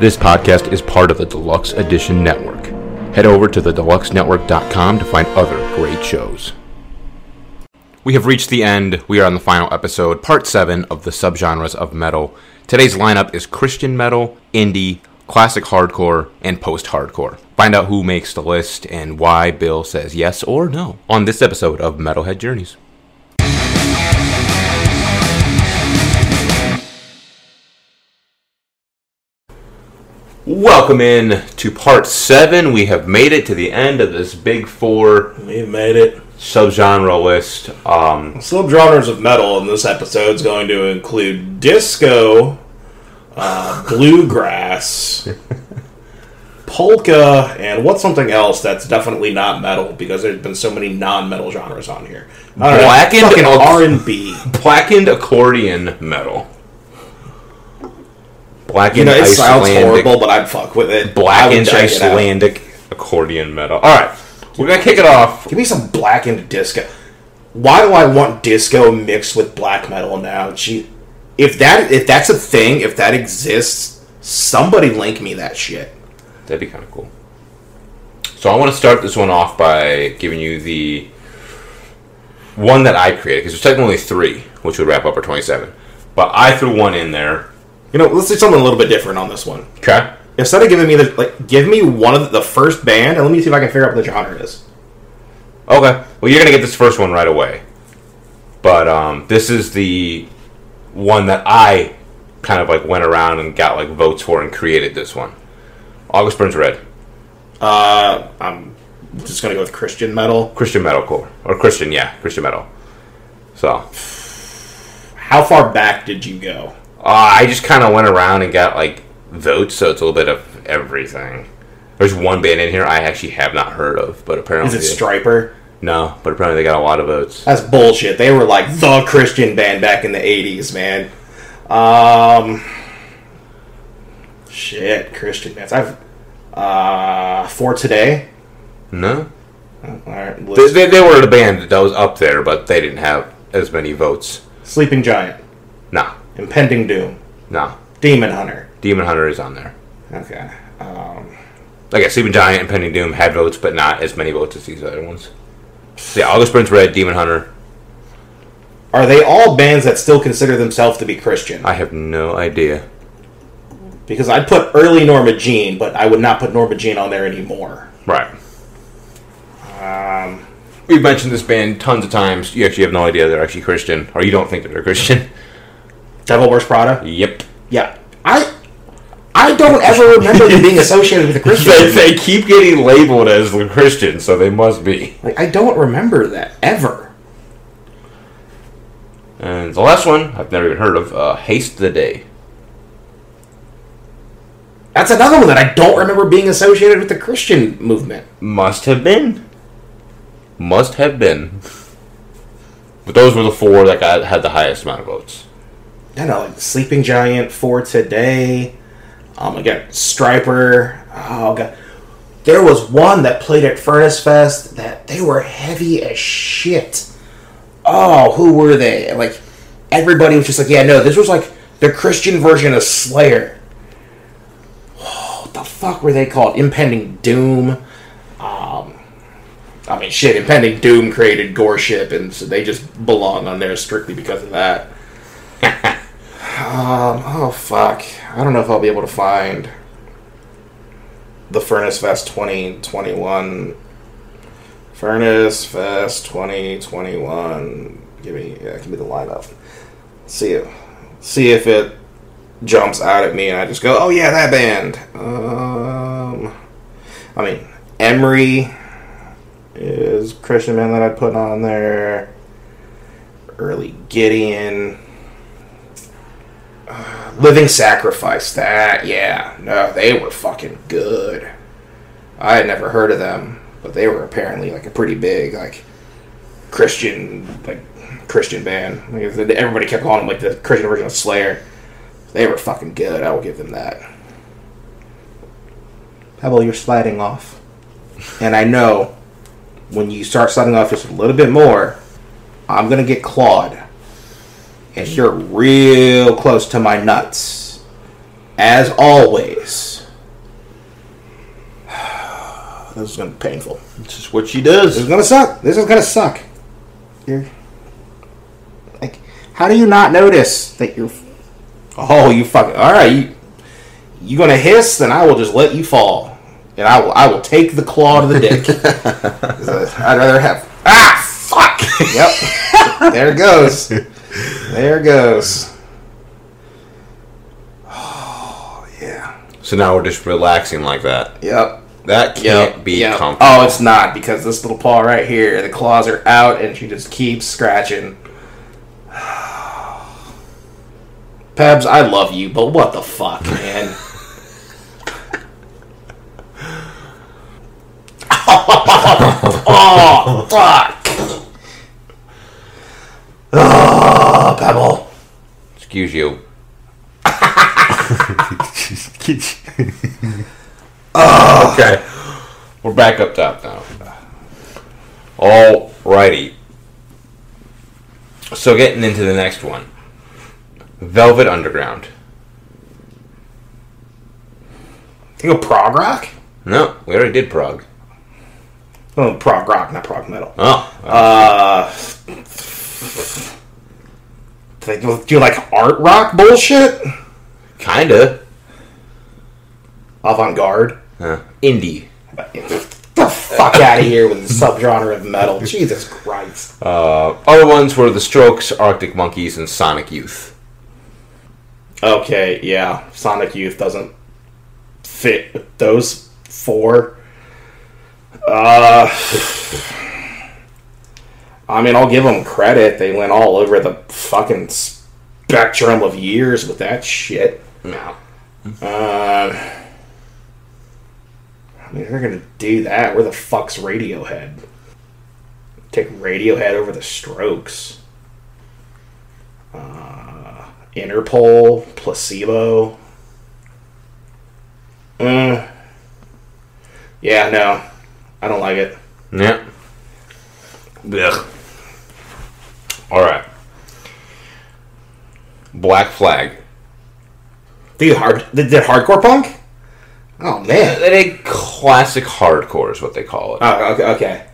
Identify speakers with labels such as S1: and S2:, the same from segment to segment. S1: This podcast is part of the Deluxe Edition Network. Head over to thedeluxenetwork.com to find other great shows. We have reached the end. We are on the final episode, part seven of the subgenres of metal. Today's lineup is Christian metal, indie, classic hardcore, and post hardcore. Find out who makes the list and why Bill says yes or no on this episode of Metalhead Journeys. Welcome in to part seven. We have made it to the end of this big four
S2: We made it.
S1: subgenre list. Um,
S2: Subgenres of metal in this episode is going to include disco, uh, bluegrass, polka, and what's something else that's definitely not metal because there's been so many non-metal genres on here. I don't
S1: Blackened
S2: know, fucking
S1: Ox-
S2: R&B.
S1: blackened accordion metal. Blackened
S2: You know, it sounds
S1: Icelandic.
S2: horrible, but I'd fuck with it. I would
S1: Blackened
S2: check it out.
S1: Icelandic accordion metal. All right, we're gonna kick it off.
S2: Give me some blackened disco. Why do I want disco mixed with black metal now? Gee, if that if that's a thing, if that exists, somebody link me that shit.
S1: That'd be kind of cool. So I want to start this one off by giving you the one that I created because there's technically three, which would wrap up our 27. But I threw one in there.
S2: You know, let's do something a little bit different on this one.
S1: Okay.
S2: Instead of giving me the like, give me one of the, the first band, and let me see if I can figure out what the genre is.
S1: Okay. Well, you're gonna get this first one right away, but um, this is the one that I kind of like went around and got like votes for and created this one. August Burns Red,
S2: Uh, I'm just gonna go with Christian metal.
S1: Christian metalcore or Christian, yeah, Christian metal. So uh,
S2: How far back did you go?
S1: I just kind of went around and got like votes, so it's a little bit of everything. There's one band in here I actually have not heard of, but
S2: Is
S1: apparently
S2: it Striper?
S1: no, but apparently they got a lot of votes.
S2: That's bullshit. They were like the Christian band back in the '80s, man. Um, shit, Christian bands. I've uh for today. Oh,
S1: No,
S2: All right,
S1: they,
S2: let's-
S1: they, they were the band that was up there, but they didn't have as many votes.
S2: Sleeping Giant,
S1: Nah,
S2: Impending Doom,
S1: nah.
S2: Demon Hunter.
S1: Demon Hunter is on there.
S2: Okay. Um,
S1: Like, Sleeping Giant and Pending Doom had votes, but not as many votes as these other ones. So, yeah, August Burns Red, Demon Hunter.
S2: are they all bands that still consider themselves to be Christian?
S1: I have no idea.
S2: Because I'd put early Norma Jean, but I would not put Norma Jean on there anymore.
S1: Right.
S2: Um,
S1: We've mentioned this band tons of times. You actually have no idea they're actually Christian, or you don't think that they're Christian.
S2: Devil Wears Prada.
S1: yep.
S2: Yeah, I I don't ever remember them being associated with a Christian.
S1: They, they keep getting labeled as the Christian, so they must be.
S2: Like, I don't remember that ever.
S1: And the last one, I've never even heard of uh, Haste the Day.
S2: That's another one that I don't remember being associated with the Christian movement.
S1: Must have been. Must have been. But those were the four that got had the highest amount of votes.
S2: I know, like Sleeping Giant for today. Um, again, Striper. Oh god, there was one that played at Furnace Fest that they were heavy as shit. Oh, who were they? And, Like everybody was just like, yeah, no, this was like the Christian version of Slayer. What the fuck were they called? Impending Doom. Um, I mean, shit, Impending Doom created Gore Ship, and so they just belong on there strictly because of that. Um, oh fuck. I don't know if I'll be able to find the Furnace Fest 2021. Furnace Fest 2021. Give me yeah, give me the lineup. See it. See if it jumps out at me and I just go, "Oh yeah, that band." Um I mean, Emery is Christian man that I put on there. Early Gideon. Living Sacrifice. That, yeah. No, they were fucking good. I had never heard of them, but they were apparently like a pretty big, like Christian, like Christian band. Like, everybody kept calling them like the Christian version of Slayer. They were fucking good. I will give them that. Pebble, you're sliding off, and I know when you start sliding off just a little bit more, I'm gonna get clawed and you're real close to my nuts. As always. This is gonna be painful.
S1: It's just what she
S2: This is
S1: does.
S2: gonna suck. This is gonna suck. You're like, how do you not notice that you're? Oh, you fucking. All right, you you gonna hiss? Then I will just let you fall, and I will I will take the claw to the dick. I'd rather have ah fuck. yep, there it goes. There it goes. Oh yeah.
S1: So now we're just relaxing like that.
S2: Yep.
S1: That can't be comfortable.
S2: Oh, it's not because this little paw right here, the claws are out, and she just keeps scratching. Pebs, I love you, but what the fuck, man? oh, fuck!
S1: Ah,
S2: Oh, Pebble.
S1: Excuse you. Okay. We're back up top now. Alrighty. So getting into the next one. Velvet Underground.
S2: You go prog rock?
S1: No, we already did Prague.
S2: Oh, prog rock, not prog metal.
S1: Oh.
S2: Uh, do they do like art rock bullshit?
S1: kinda.
S2: Avant garde?
S1: Huh. Indie.
S2: Get the fuck out of here with the subgenre of metal. Jesus Christ.
S1: Uh, other ones were The Strokes, Arctic Monkeys, and Sonic Youth.
S2: Okay, yeah. Sonic Youth doesn't fit with those four. Uh, I mean, I'll give them credit. They went all over the fucking spectrum of years with that shit.
S1: No.
S2: Uh, I mean, if they're gonna do that. Where the fuck's Radiohead? Take Radiohead over the Strokes. Uh, Interpol, placebo. Uh, yeah, no, I don't like it.
S1: Yeah. Ugh. All right. Black Flag.
S2: Dude, hard they did hardcore punk. Oh man,
S1: They did classic hardcore is what they call it.
S2: Oh, okay. okay.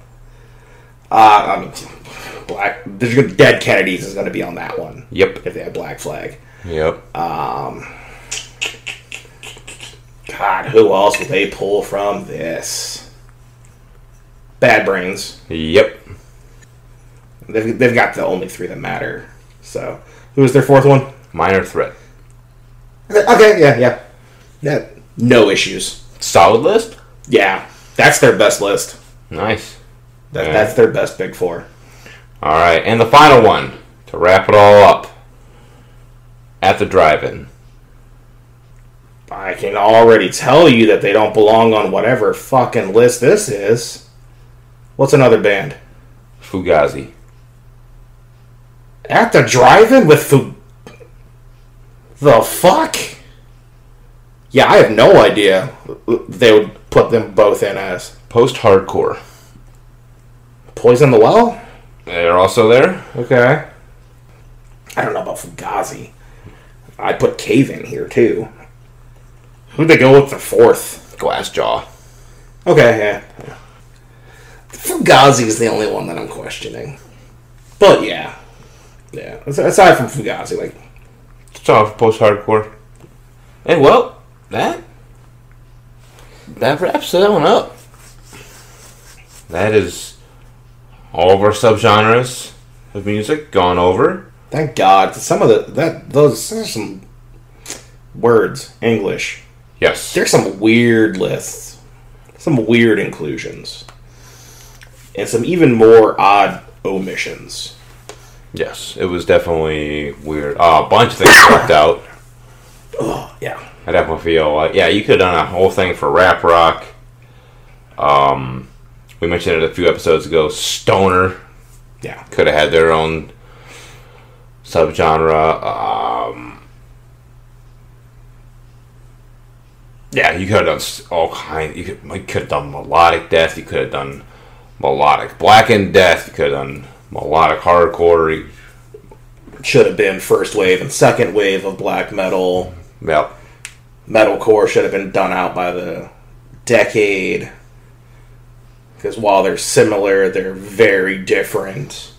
S2: Uh, I mean, Black. There's gonna, Dead Kennedys is going to be on that one.
S1: yep.
S2: If they had Black Flag.
S1: Yep.
S2: God, who else would they pull from this? Bad Brains.
S1: yep.
S2: They've, they've got the only three that matter. So, who was their fourth one?
S1: Minor Threat.
S2: Okay, yeah, yeah. yeah. No issues.
S1: Solid list.
S2: Yeah, that's their best list.
S1: Nice.
S2: That,
S1: Yeah.
S2: That's their best big four.
S1: All right, and the final one to wrap it all up. At the drive-in.
S2: I can already tell you that they don't belong on whatever fucking list this is. What's another band?
S1: Fugazi.
S2: At the drive-in with the the fuck? Yeah, I have no idea they would put them both in as
S1: Post-hardcore.
S2: poison the well.
S1: They're also there.
S2: Okay. I don't know about Fugazi. I put Cave in here too. Who'd they go with for fourth?
S1: Glassjaw.
S2: Okay, yeah. Fugazi is the only one that I'm questioning. But yeah, yeah. As- Aside from Fugazi, like
S1: It's all for post-hardcore. And well, that that wraps that one up. That is all of our subgenres of music gone over.
S2: Thank God. Some of the that those there's some words English.
S1: Yes.
S2: There's some weird lists, some weird inclusions, and some even more odd omissions.
S1: Yes, it was definitely weird. Uh, a bunch of things left out.
S2: Oh yeah,
S1: I definitely feel like yeah, you could have done a whole thing for rap rock. Um, we mentioned it a few episodes ago. Stoner
S2: yeah.
S1: could have had their own subgenre. Um, yeah, you could have done s- all kind. You could you could have done melodic death. You could have done melodic blackened death. You could have done melodic hardcore. You-
S2: Should have been first wave and second wave of black metal.
S1: Yep.
S2: Metalcore should have been done out by the decade. Because while they're similar, they're very different.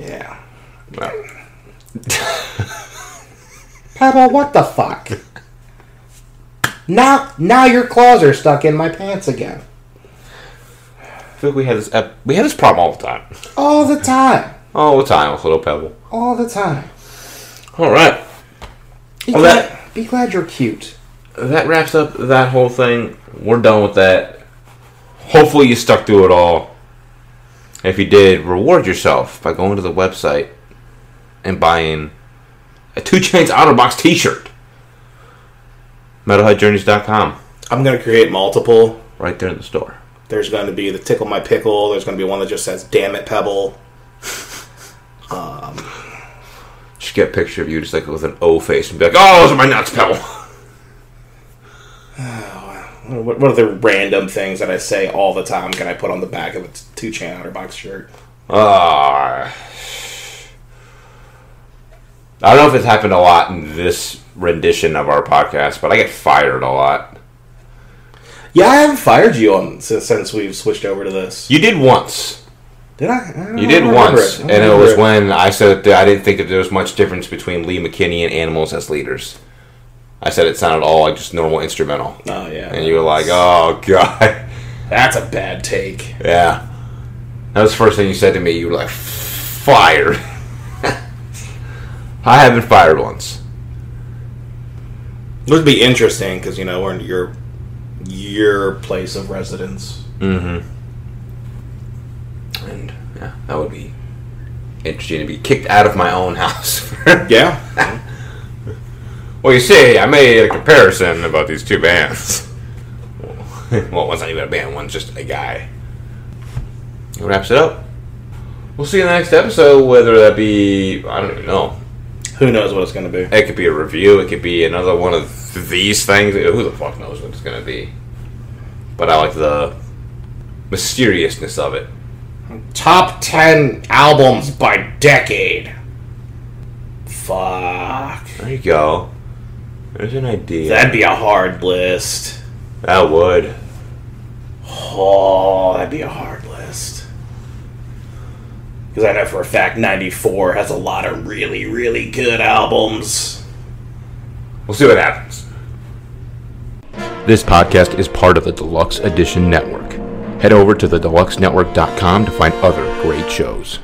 S2: Yeah.
S1: Well,
S2: Papa, what the fuck? now, now your claws are stuck in my pants again.
S1: I feel like we had this ep- we had this problem all the time,
S2: All the time.
S1: all the time with Little Pebble.
S2: All the time.
S1: All right,
S2: Be,
S1: Well,
S2: glad,
S1: that-
S2: be glad you're cute.
S1: that wraps up that whole thing. We're done with that. Hopefully, you stuck through it all. If you did, reward yourself by going to the website and buying a Two Chains Outer Box T-shirt. MetalheadJourneys.com,
S2: I'm going to create multiple.
S1: right there in the store.
S2: There's going to be the tickle my pickle. There's going to be one that just says "damn it, pebble."
S1: Just get a picture of you, just like with an O face, and be like, "Oh, those are my nuts, Pebble."
S2: What, what are the random things that I say all the time? Can I put on the back of a two chain outer box shirt?
S1: Ah. I don't know if it's happened a lot in this rendition of our podcast, but I get fired a lot.
S2: Yeah, I haven't fired you on since, since we've switched over to this.
S1: You did once.
S2: Did Oh, I? I don't
S1: You did
S2: remember
S1: once,
S2: I
S1: and
S2: don't
S1: it
S2: remember
S1: was when I said that I didn't think that there was much difference between Lee McKinney and animals as leaders. I said it sounded all like just normal instrumental,
S2: Oh yeah.
S1: and you were like, "Oh god,
S2: "That's a bad take."
S1: yeah." That was the first thing you said to me. You were like, "Fired." I have been fired once.
S2: It would be interesting because you know we're in your your place of residence.
S1: Mm-hmm. And yeah, that would be interesting to be kicked out of my own house.
S2: Yeah.
S1: well, you see, I made a comparison about these two bands. well, one's not even a band, one's just a guy. That wraps it up. We'll see you in the next episode, whether that be, I don't even know.
S2: Who knows what it's going to be?
S1: It could be a review, it could be another one of these things. Who the fuck knows what it's going to be? But I like the mysteriousness of it.
S2: Top ten albums by decade. Fuck.
S1: There you go. There's an idea.
S2: That'd be a hard list.
S1: that would.
S2: Oh, that'd be a hard list. Because I know for a fact 94 has a lot of really, really good albums.
S1: We'll see what happens. This podcast is part of the Deluxe Edition Network. Head over to thedeluxenetwork.com to find other great shows.